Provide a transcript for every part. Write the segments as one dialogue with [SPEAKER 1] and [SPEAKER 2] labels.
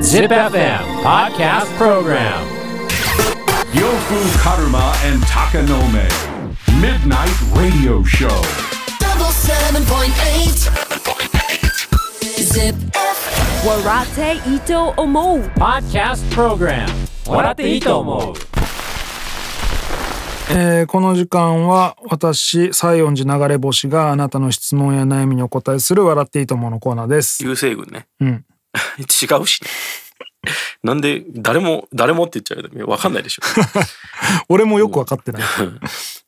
[SPEAKER 1] Zip FM Podcast Program
[SPEAKER 2] Yofu Karuma and Takanome. Midnight Radio Show.
[SPEAKER 3] double seven point eight. Zip.
[SPEAKER 4] Warate Ito Omo.
[SPEAKER 1] Podcast Program 笑っていいと思う
[SPEAKER 5] えーこの時間は私西園寺流れ星があなたの質問や悩みにお答えする「笑っていいとも」のコーナー です。
[SPEAKER 6] 流星群ね。
[SPEAKER 5] うん、
[SPEAKER 6] 違うしね。なんで、誰も、誰もって言っちゃうとわかんないでし ょ。
[SPEAKER 5] 俺もよく分かってない。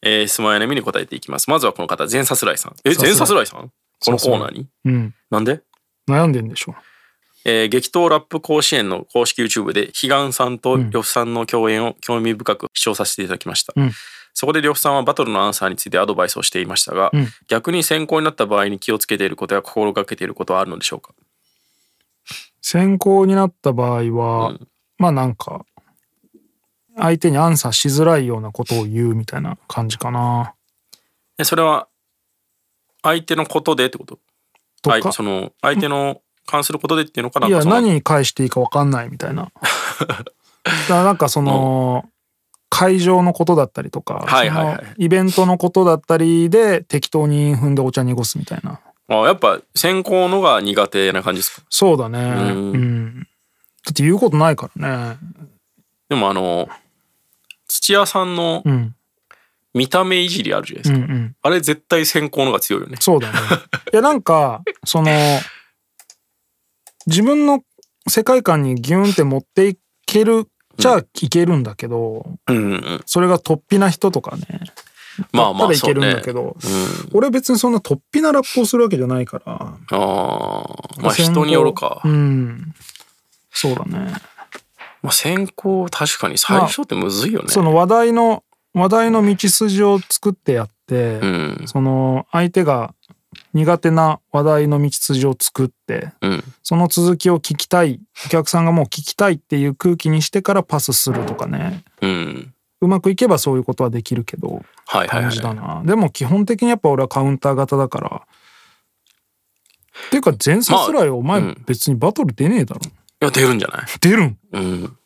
[SPEAKER 6] えー、質問や悩みに答えていきます。まずはこの方、前さすらいさん。え、
[SPEAKER 5] さすらい
[SPEAKER 6] 前さすらいさんこのコーナーに
[SPEAKER 5] うん、
[SPEAKER 6] なんで
[SPEAKER 5] 悩んでんでしょ。
[SPEAKER 6] えー激闘ラップ甲子園の公式 YouTube で悲願さんと呂布さんの共演を興味深く視聴させていただきました、
[SPEAKER 5] うん
[SPEAKER 6] そこで呂布さんはバトルのアンサーについてアドバイスをしていましたが、
[SPEAKER 5] うん
[SPEAKER 6] 逆に選考になった場合に気をつけていることや心がけていることはあるのでしょうか
[SPEAKER 5] 選考になった場合は、
[SPEAKER 6] うん
[SPEAKER 5] まあなんか相手にアンサーしづらいようなことを言うみたいな感じかな。
[SPEAKER 6] えそれは相手のことでってこと
[SPEAKER 5] とか、
[SPEAKER 6] はいその相手の関することでっていうのかない
[SPEAKER 5] や
[SPEAKER 6] その
[SPEAKER 5] 何に返していいか分かんないみた いな。だからなんかその、会場のことだったりとか、
[SPEAKER 6] はいはいはい
[SPEAKER 5] そのイベントのことだったりで適当に踏んでお茶濁すみたいな。
[SPEAKER 6] あやっぱ選考のが苦手な感じですか
[SPEAKER 5] そうだね。うんん。だって言うことないからね。
[SPEAKER 6] でもあの土屋さんの
[SPEAKER 5] うん。
[SPEAKER 6] 見た目いじりあるじゃないで
[SPEAKER 5] う
[SPEAKER 6] す
[SPEAKER 5] んう
[SPEAKER 6] か、
[SPEAKER 5] ん。
[SPEAKER 6] あれ絶対選考のが強いよね
[SPEAKER 5] そうだ ね。いやなんか、その、自分の世界観にギュンって持っていけるじゃあいけるんだけど、
[SPEAKER 6] うんうんうん
[SPEAKER 5] それが突飛な人とかね。
[SPEAKER 6] まあま
[SPEAKER 5] だった
[SPEAKER 6] あ
[SPEAKER 5] らい
[SPEAKER 6] そ
[SPEAKER 5] け
[SPEAKER 6] う
[SPEAKER 5] るん
[SPEAKER 6] ね
[SPEAKER 5] だけど、
[SPEAKER 6] うん
[SPEAKER 5] 俺別にそんな突飛なラップをするわけじゃないから。
[SPEAKER 6] あーまあ人によるか、
[SPEAKER 5] うん。そうだね。
[SPEAKER 6] まあ、選考確かに最初ってむずいよね、
[SPEAKER 5] その話題の、話題の道筋を作ってやって、
[SPEAKER 6] うん
[SPEAKER 5] その相手が苦手な話題の道筋を作って、
[SPEAKER 6] うん
[SPEAKER 5] その続きを聞きたい、お客さんがもう聞きたいっていう空気にしてからパスするとかね。
[SPEAKER 6] うん
[SPEAKER 5] うまくいけばそういうことはできるけど、
[SPEAKER 6] はいはい
[SPEAKER 5] 感
[SPEAKER 6] はい
[SPEAKER 5] じだな。でも基本的にやっぱ俺はカウンター型だから。っていうか前作すらいお前
[SPEAKER 6] うん
[SPEAKER 5] 別にバトル出ねえだろ。
[SPEAKER 6] いや出るんじゃない
[SPEAKER 5] 出るん
[SPEAKER 6] うん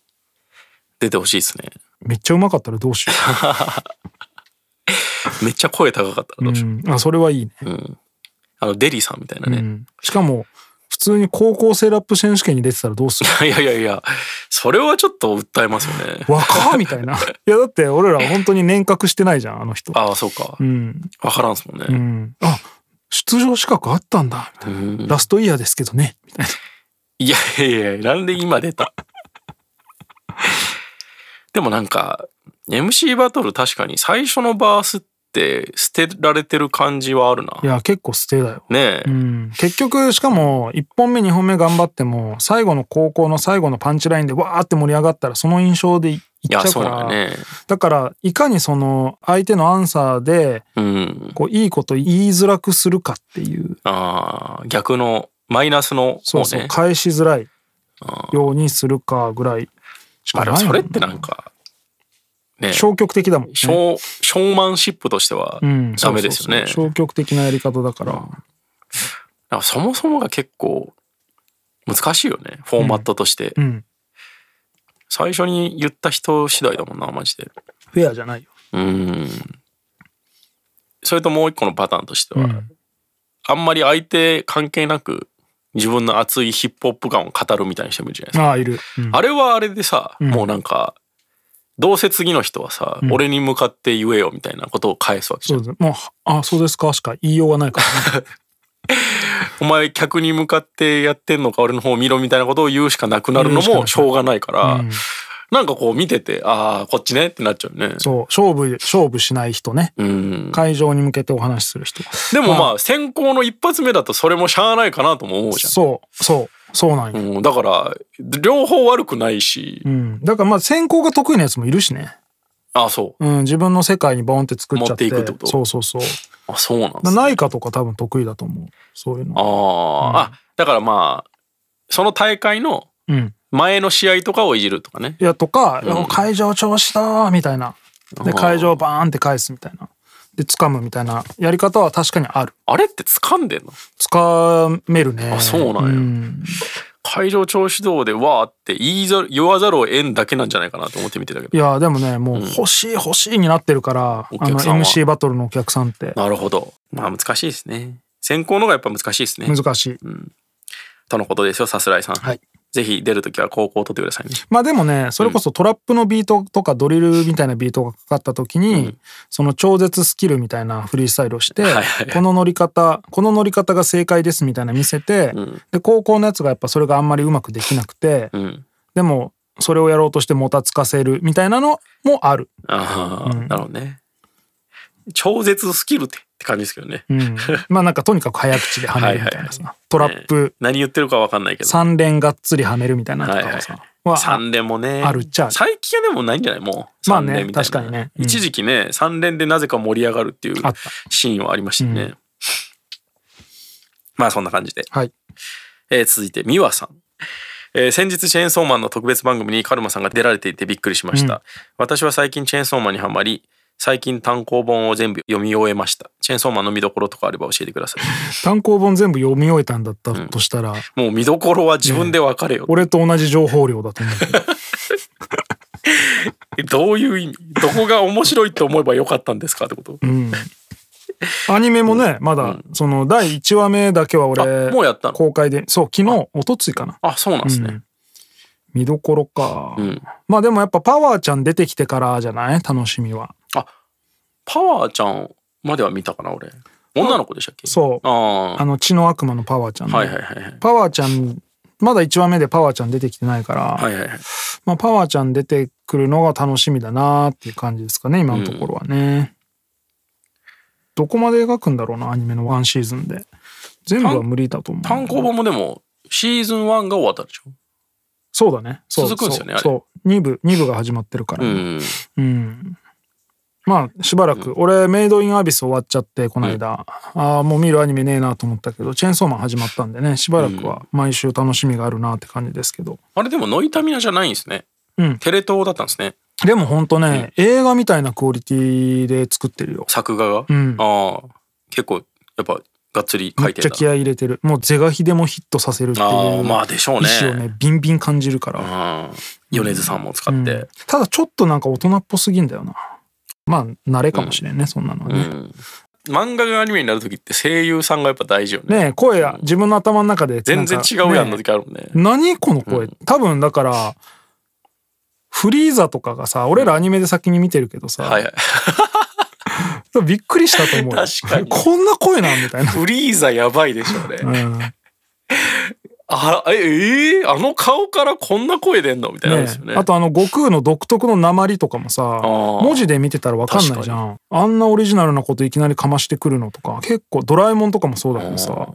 [SPEAKER 6] 出てほしいですね
[SPEAKER 5] めっちゃうまかったらどうしよ
[SPEAKER 6] めっちゃ声高かった
[SPEAKER 5] う。
[SPEAKER 6] らどうしよ
[SPEAKER 5] うんあそれはいいね。
[SPEAKER 6] う、うんあのデリーさんみたいな
[SPEAKER 5] う
[SPEAKER 6] ね、
[SPEAKER 5] んしかも普通に高校生ラップ選手権に出てたらどうする
[SPEAKER 6] いやいやいやそれはちょっと訴えますよね
[SPEAKER 5] 若っみたいな。いやだって俺ら本当に年賀してないじゃんあの人。
[SPEAKER 6] ああそうか
[SPEAKER 5] うん。
[SPEAKER 6] 分からんっすもん
[SPEAKER 5] う
[SPEAKER 6] ね、
[SPEAKER 5] ん。あ出場資格あったんだみたいな。
[SPEAKER 6] うん
[SPEAKER 5] ラストイヤーですけどね。みたい
[SPEAKER 6] いやいやいやなんで今出た でもなんか MC バトル確かに最初のバースって捨てられてる感じはあるな
[SPEAKER 5] な。いや結構捨てだよ。
[SPEAKER 6] ねえ、
[SPEAKER 5] うん、結局しかも1本目2本目頑張っても最後の高校の最後のパンチラインでわーって盛り上がったらその印象でいっ
[SPEAKER 6] い
[SPEAKER 5] ちゃ
[SPEAKER 6] や
[SPEAKER 5] う
[SPEAKER 6] そ
[SPEAKER 5] か
[SPEAKER 6] うだ
[SPEAKER 5] ら
[SPEAKER 6] よ
[SPEAKER 5] だ,、
[SPEAKER 6] ね
[SPEAKER 5] からいかにその相手のアンサーで
[SPEAKER 6] うん
[SPEAKER 5] こういいこと言いづらくするかっていう
[SPEAKER 6] あー逆のマイナスの
[SPEAKER 5] そう
[SPEAKER 6] 方
[SPEAKER 5] そう、
[SPEAKER 6] ね
[SPEAKER 5] 返しづらい
[SPEAKER 6] あ
[SPEAKER 5] ようにするかぐらいし
[SPEAKER 6] あ
[SPEAKER 5] か
[SPEAKER 6] れ
[SPEAKER 5] ない
[SPEAKER 6] そ
[SPEAKER 5] も
[SPEAKER 6] れってなんかねえショ
[SPEAKER 5] 消極的だもんね。
[SPEAKER 6] ーショーマンシップとしては
[SPEAKER 5] うん、
[SPEAKER 6] ダメですよね
[SPEAKER 5] そうそうそう消極的なやり方だから、
[SPEAKER 6] なんかそもそもが結構難しいよねフォーマットとして、
[SPEAKER 5] うん、
[SPEAKER 6] 最初に言った人次第だもんなマジで
[SPEAKER 5] フェアじゃないよ。
[SPEAKER 6] うんそれともう一個のパターンとしては、
[SPEAKER 5] うん
[SPEAKER 6] あんまり相手関係なく自分の熱いヒップホップ感を語るみたいな人もいるじゃないです
[SPEAKER 5] ああ
[SPEAKER 6] か、
[SPEAKER 5] いる。うん
[SPEAKER 6] あれはあれでさ、
[SPEAKER 5] ん
[SPEAKER 6] もうなんかどうせ次の人はさ、
[SPEAKER 5] ん
[SPEAKER 6] 俺に向かって言えよみたいなことを返すわけじ
[SPEAKER 5] そ
[SPEAKER 6] ゃん
[SPEAKER 5] うですもう「あそうですか」しか言いようがないからね、
[SPEAKER 6] お前客に向かってやってんのか俺の方見ろみたいなことを言うしかなくなるの
[SPEAKER 5] 言
[SPEAKER 6] も
[SPEAKER 5] うし
[SPEAKER 6] し
[SPEAKER 5] かなくなる
[SPEAKER 6] ょうがないから、
[SPEAKER 5] うん
[SPEAKER 6] なんかこう見ててああこっちねってなっちゃうね
[SPEAKER 5] そう勝負勝負しない人ね
[SPEAKER 6] うん
[SPEAKER 5] 会場に向けてお話しする人
[SPEAKER 6] でもまあ先行の一発目だとそれもしゃあないかなとも思うじ
[SPEAKER 5] そうそうそうなん
[SPEAKER 6] ゃ
[SPEAKER 5] よ、
[SPEAKER 6] ん、うん、だから両方悪くないし、
[SPEAKER 5] うん、だからまあ先行が得意なやつもいるしね、
[SPEAKER 6] ああそう
[SPEAKER 5] うん、自分の世界にボンって作っちゃって
[SPEAKER 6] 持っていくってこと
[SPEAKER 5] そうそうそう
[SPEAKER 6] あそうなんですね
[SPEAKER 5] 内科とか多分得意だと思うそういう
[SPEAKER 6] あ
[SPEAKER 5] の
[SPEAKER 6] ー、あだからまあその大会の
[SPEAKER 5] うん
[SPEAKER 6] 前の試合とかをいじるとかね
[SPEAKER 5] いやとか、
[SPEAKER 6] うん
[SPEAKER 5] 会場調子だーみたいなで
[SPEAKER 6] あー
[SPEAKER 5] 会場バーンって返すみたいなで掴むみたいなやり方は確かにある
[SPEAKER 6] あれって掴んでんの
[SPEAKER 5] 掴めるね
[SPEAKER 6] あそうなんや
[SPEAKER 5] ん
[SPEAKER 6] 会場調子どうでわーって言いざる言わざるを得んだけなんじゃないかなと思って見てたけど
[SPEAKER 5] いやでもねもう欲しい欲しいになってるから、
[SPEAKER 6] お
[SPEAKER 5] あの
[SPEAKER 6] 客さんは
[SPEAKER 5] MC バトルのお客さんって
[SPEAKER 6] なるほどまあ難しいですね先行のがやっぱ難しいですね
[SPEAKER 5] 難しい、
[SPEAKER 6] とのことですよさすらいさん、
[SPEAKER 5] はい
[SPEAKER 6] ぜひ出るときは高校を取ってくださいね
[SPEAKER 5] まあでもねそれこそトラップのビートとかドリルみたいなビートがかかった時に、その超絶スキルみたいなフリースタイルをして、
[SPEAKER 6] はいはい
[SPEAKER 5] この乗り方この乗り方が正解ですみたいな見せて、
[SPEAKER 6] ん
[SPEAKER 5] で高校のやつがやっぱそれがあんまりうまくできなくて、
[SPEAKER 6] うん
[SPEAKER 5] でもそれをやろうとしてもたつかせるみたいなのもある。
[SPEAKER 6] ああ、なるほどね超絶スキルってって感じですけどね、
[SPEAKER 5] うん、まあなんかとにかく早口で跳ねるみたいなさトラッ
[SPEAKER 6] ね
[SPEAKER 5] プ
[SPEAKER 6] 何言ってるかわかんないけど
[SPEAKER 5] 3連がっつり跳ねるみたいなのとかもさ、は
[SPEAKER 6] 三連もね
[SPEAKER 5] あるっちゃある
[SPEAKER 6] 最近はでもないんじゃないもう
[SPEAKER 5] まあね
[SPEAKER 6] 三連みたいな
[SPEAKER 5] 確かにねうん
[SPEAKER 6] 一時期ね三連でなぜか盛り上がるっていう
[SPEAKER 5] あった
[SPEAKER 6] シーンはありましたね、まあそんな感じで、
[SPEAKER 5] はい
[SPEAKER 6] えー続いて美和さんえー先日チェーンソーマンの特別番組にカルマさんが出られていてびっくりしました、私は最近チェーンソーマンにはまり最近単行本を全部読み終えましたチェーンソーマンの見どころとかあれば教えてくださ い
[SPEAKER 5] 単行本全部読み終えたんだったとしたら、
[SPEAKER 6] もう見どころは自分で分かれよ、
[SPEAKER 5] 俺と同じ情報量だと思うけど
[SPEAKER 6] えどういう意味どこが面白いと思えばよかったんですかってこと、
[SPEAKER 5] うんアニメもねまだその第1話目だけは俺
[SPEAKER 6] あもうやったの
[SPEAKER 5] 公開でそう昨日おとついかな
[SPEAKER 6] あそうなんですね、
[SPEAKER 5] 見どころか、
[SPEAKER 6] ん
[SPEAKER 5] まあでもやっぱパワーちゃん出てきてからじゃない楽しみは
[SPEAKER 6] あパワーちゃんまでは見たかな俺女の子でしたっけ
[SPEAKER 5] そう
[SPEAKER 6] あ
[SPEAKER 5] あの血の悪魔のパワーちゃん
[SPEAKER 6] あ
[SPEAKER 5] ね、
[SPEAKER 6] はいはいはいはい
[SPEAKER 5] パワーちゃんまだ1話目でパワーちゃん出てきてないから、
[SPEAKER 6] はいはいはい
[SPEAKER 5] まあ、パワーちゃん出てくるのが楽しみだなっていう感じですかね今のところはね、どこまで描くんだろうなアニメのワンシーズンで全部は無理だと思う
[SPEAKER 6] 単行本もでもシーズン1が終わったでしょ
[SPEAKER 5] そうだねそう
[SPEAKER 6] 続くんですよねあれ
[SPEAKER 5] そう2部2部が始まってるから、
[SPEAKER 6] うん
[SPEAKER 5] うんまあしばらく、俺メイドインアビス終わっちゃってこの間、ああもう見るアニメねえなと思ったけどチェーンソーマン始まったんでねしばらくは毎週楽しみがあるなって感じですけど
[SPEAKER 6] あれでもノイタミナじゃないんですね、
[SPEAKER 5] うん
[SPEAKER 6] テレ東だったんですね
[SPEAKER 5] でもほんとね、映画みたいなクオリティで作ってるよ
[SPEAKER 6] 作画が、
[SPEAKER 5] ん
[SPEAKER 6] ああ結構やっぱがっつり書
[SPEAKER 5] めっ
[SPEAKER 6] いて
[SPEAKER 5] ちゃ
[SPEAKER 6] ん
[SPEAKER 5] 気
[SPEAKER 6] だ
[SPEAKER 5] 合い入れてるもう是が非でもヒットさせるっていう
[SPEAKER 6] ああまあ
[SPEAKER 5] 意
[SPEAKER 6] でしょうね
[SPEAKER 5] 思をねビンビン感じるから、
[SPEAKER 6] うん米津さんも使って、
[SPEAKER 5] うんただちょっとなんか大人っぽすぎんだよなまあ慣れかもしれんね、そんなのはね、
[SPEAKER 6] 漫画がアニメになる時って声優さんがやっぱ大事よね
[SPEAKER 5] ねえ声や自分の頭の中で
[SPEAKER 6] 全然違うやん
[SPEAKER 5] なんかね
[SPEAKER 6] の時あるもんね
[SPEAKER 5] 何この声、多分だからフリーザとかがさ俺らアニメで先に見てるけどさ、
[SPEAKER 6] はいはい
[SPEAKER 5] びっくりしたと思うよ
[SPEAKER 6] 確かに
[SPEAKER 5] こんな声なんみたい な、
[SPEAKER 6] フリーザやばいでしょうね、
[SPEAKER 5] うん
[SPEAKER 6] あええーあの顔からこんな声出んのみたいなんですよね
[SPEAKER 5] あとあの悟空の独特の鉛とかもさ
[SPEAKER 6] ー
[SPEAKER 5] 文字で見てたら分かんないじゃんあんなオリジナルなこといきなりかましてくるのとか結構ドラえもんとかもそうだけどさ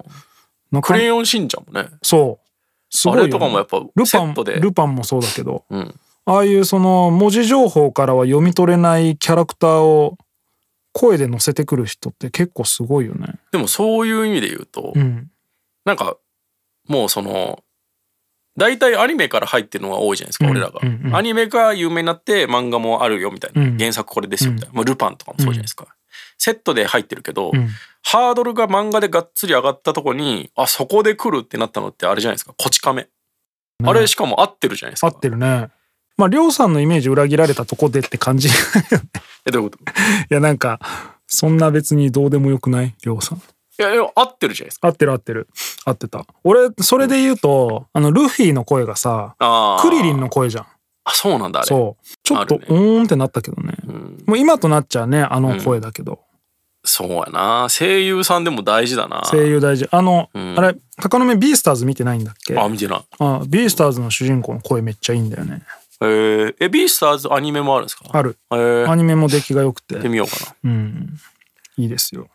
[SPEAKER 5] なん
[SPEAKER 6] ク
[SPEAKER 5] か
[SPEAKER 6] レヨンしんちゃんもね
[SPEAKER 5] そうすごい
[SPEAKER 6] あ
[SPEAKER 5] よ
[SPEAKER 6] れとかもやっぱ
[SPEAKER 5] ル
[SPEAKER 6] セ
[SPEAKER 5] パ
[SPEAKER 6] ッ
[SPEAKER 5] ン
[SPEAKER 6] トで
[SPEAKER 5] ルパンもそうだけど、
[SPEAKER 6] ん
[SPEAKER 5] ああいうその文字情報からは読み取れないキャラクターを声で乗せてくる人って結構すごいよね
[SPEAKER 6] でもそういう意味で言うと、
[SPEAKER 5] うん
[SPEAKER 6] なんかもうその大体アニメから入ってるのが多いじゃないですか、
[SPEAKER 5] うん
[SPEAKER 6] 俺らが、
[SPEAKER 5] うんうん
[SPEAKER 6] アニメが有名になって漫画もあるよみたいな、
[SPEAKER 5] うん
[SPEAKER 6] 原作これですよみたいな、まあ、ルパンとかもそうじゃないですか、セットで入ってるけど、
[SPEAKER 5] ん
[SPEAKER 6] ハードルが漫画でがっつり上がったとこにあそこで来るってなったのってあれじゃないですかこち亀、あれしかも合ってるじゃないです
[SPEAKER 5] 合
[SPEAKER 6] か
[SPEAKER 5] ってるねまあ亮さんのイメージ裏切られたとこでって感じ い
[SPEAKER 6] えどういうこと
[SPEAKER 5] やなんかそんな別にどうでもよくない亮さん
[SPEAKER 6] いやいや合ってるじゃないですか
[SPEAKER 5] 合ってる合ってる合ってた俺それで言うと、あのルフィの声がさ
[SPEAKER 6] あー
[SPEAKER 5] クリリンの声じゃん
[SPEAKER 6] あそうなんだあれ
[SPEAKER 5] そうちょっと
[SPEAKER 6] あ
[SPEAKER 5] う
[SPEAKER 6] るね
[SPEAKER 5] ーんってなったけどね
[SPEAKER 6] ん
[SPEAKER 5] もう今となっちゃうねあの声だけど、
[SPEAKER 6] そうやな声優さんでも大事だな
[SPEAKER 5] 声優大事あの、
[SPEAKER 6] ん
[SPEAKER 5] あれ鷹の目ビースターズ見てないんだっけ
[SPEAKER 6] あ
[SPEAKER 5] あ
[SPEAKER 6] 見てない
[SPEAKER 5] ビースターズの主人公の声めっちゃいいんだよね
[SPEAKER 6] えー、えビースターズアニメもあるんですか
[SPEAKER 5] ある
[SPEAKER 6] えー、
[SPEAKER 5] ア
[SPEAKER 6] や
[SPEAKER 5] ニメも出来が良くて
[SPEAKER 6] ってみようかな
[SPEAKER 5] うんいいですよ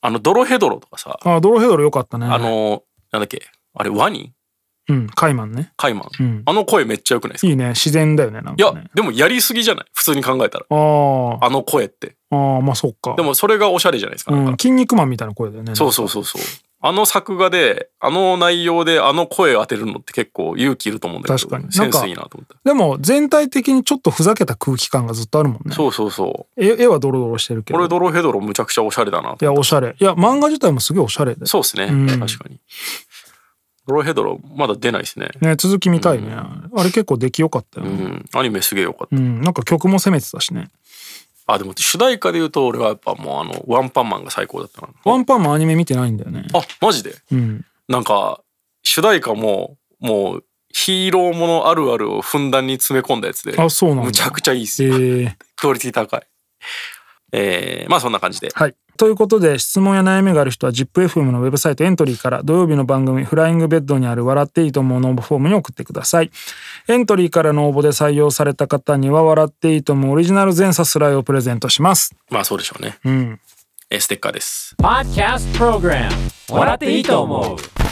[SPEAKER 6] あのドロヘドロとかさ
[SPEAKER 5] あドロヘドロ良かったね
[SPEAKER 6] あのなんだっけあれワニ
[SPEAKER 5] うんカイマンね
[SPEAKER 6] カイマ
[SPEAKER 5] う
[SPEAKER 6] ン、
[SPEAKER 5] ん
[SPEAKER 6] あの声めっちゃ良くないですか
[SPEAKER 5] いいね自然だよねなん
[SPEAKER 6] いや
[SPEAKER 5] かね
[SPEAKER 6] でもやりすぎじゃない普通に考えたら
[SPEAKER 5] あー
[SPEAKER 6] あの声って
[SPEAKER 5] あーまあそっか
[SPEAKER 6] でもそれがおしゃれじゃないですか,、
[SPEAKER 5] うん、筋肉マンみたいな声だよね
[SPEAKER 6] そうそうそうそうあの作画であの内容であの声当てるのって結構勇気いると思うんだけど
[SPEAKER 5] 確かに
[SPEAKER 6] セ
[SPEAKER 5] なん
[SPEAKER 6] ン
[SPEAKER 5] か
[SPEAKER 6] スいいなと思った
[SPEAKER 5] でも全体的にちょっとふざけた空気感がずっとあるもんね
[SPEAKER 6] そうそうそう
[SPEAKER 5] 絵絵はドロドロしてるけど
[SPEAKER 6] これドロヘドロむちゃくちゃおしゃれだな
[SPEAKER 5] い
[SPEAKER 6] と
[SPEAKER 5] やおしゃれいや漫画自体もすげえおしゃれで
[SPEAKER 6] そうですね、
[SPEAKER 5] ん
[SPEAKER 6] 確かにロイヘドロまだ出ないですね。
[SPEAKER 5] ね、続き見たいね。あれ結構出来良かったよ
[SPEAKER 6] う
[SPEAKER 5] ね。
[SPEAKER 6] ん。アニメすげえよかった。
[SPEAKER 5] うん、なんか曲も攻めてたしね。
[SPEAKER 6] あ、でも主題歌で言うと俺はやっぱもうあの、ワンパンマンが最高だったな。
[SPEAKER 5] ワンパンもアニメ見てないんだよね。
[SPEAKER 6] あ、マジで
[SPEAKER 5] うん。
[SPEAKER 6] なんか、主題歌も、もう、ヒーローものあるあるをふんだんに詰め込んだやつで、
[SPEAKER 5] あ、そうなんだ。
[SPEAKER 6] むちゃくちゃいいっす
[SPEAKER 5] え
[SPEAKER 6] よ。
[SPEAKER 5] ー
[SPEAKER 6] クオリティ高い。えー、まあそんな感じで。
[SPEAKER 5] はい。ということで、質問や悩みがある人は ZIPFM のウェブサイトエントリーから土曜日の番組フライングベッドにある笑っていいと思うの応募フォームに送ってください。エントリーからの応募で採用された方には笑っていいと思うオリジナル全サスライをプレゼントします。
[SPEAKER 6] まあそうでしょうね。
[SPEAKER 5] うん。
[SPEAKER 6] えーステッカーです。
[SPEAKER 1] Podcast Program 笑っていいと思う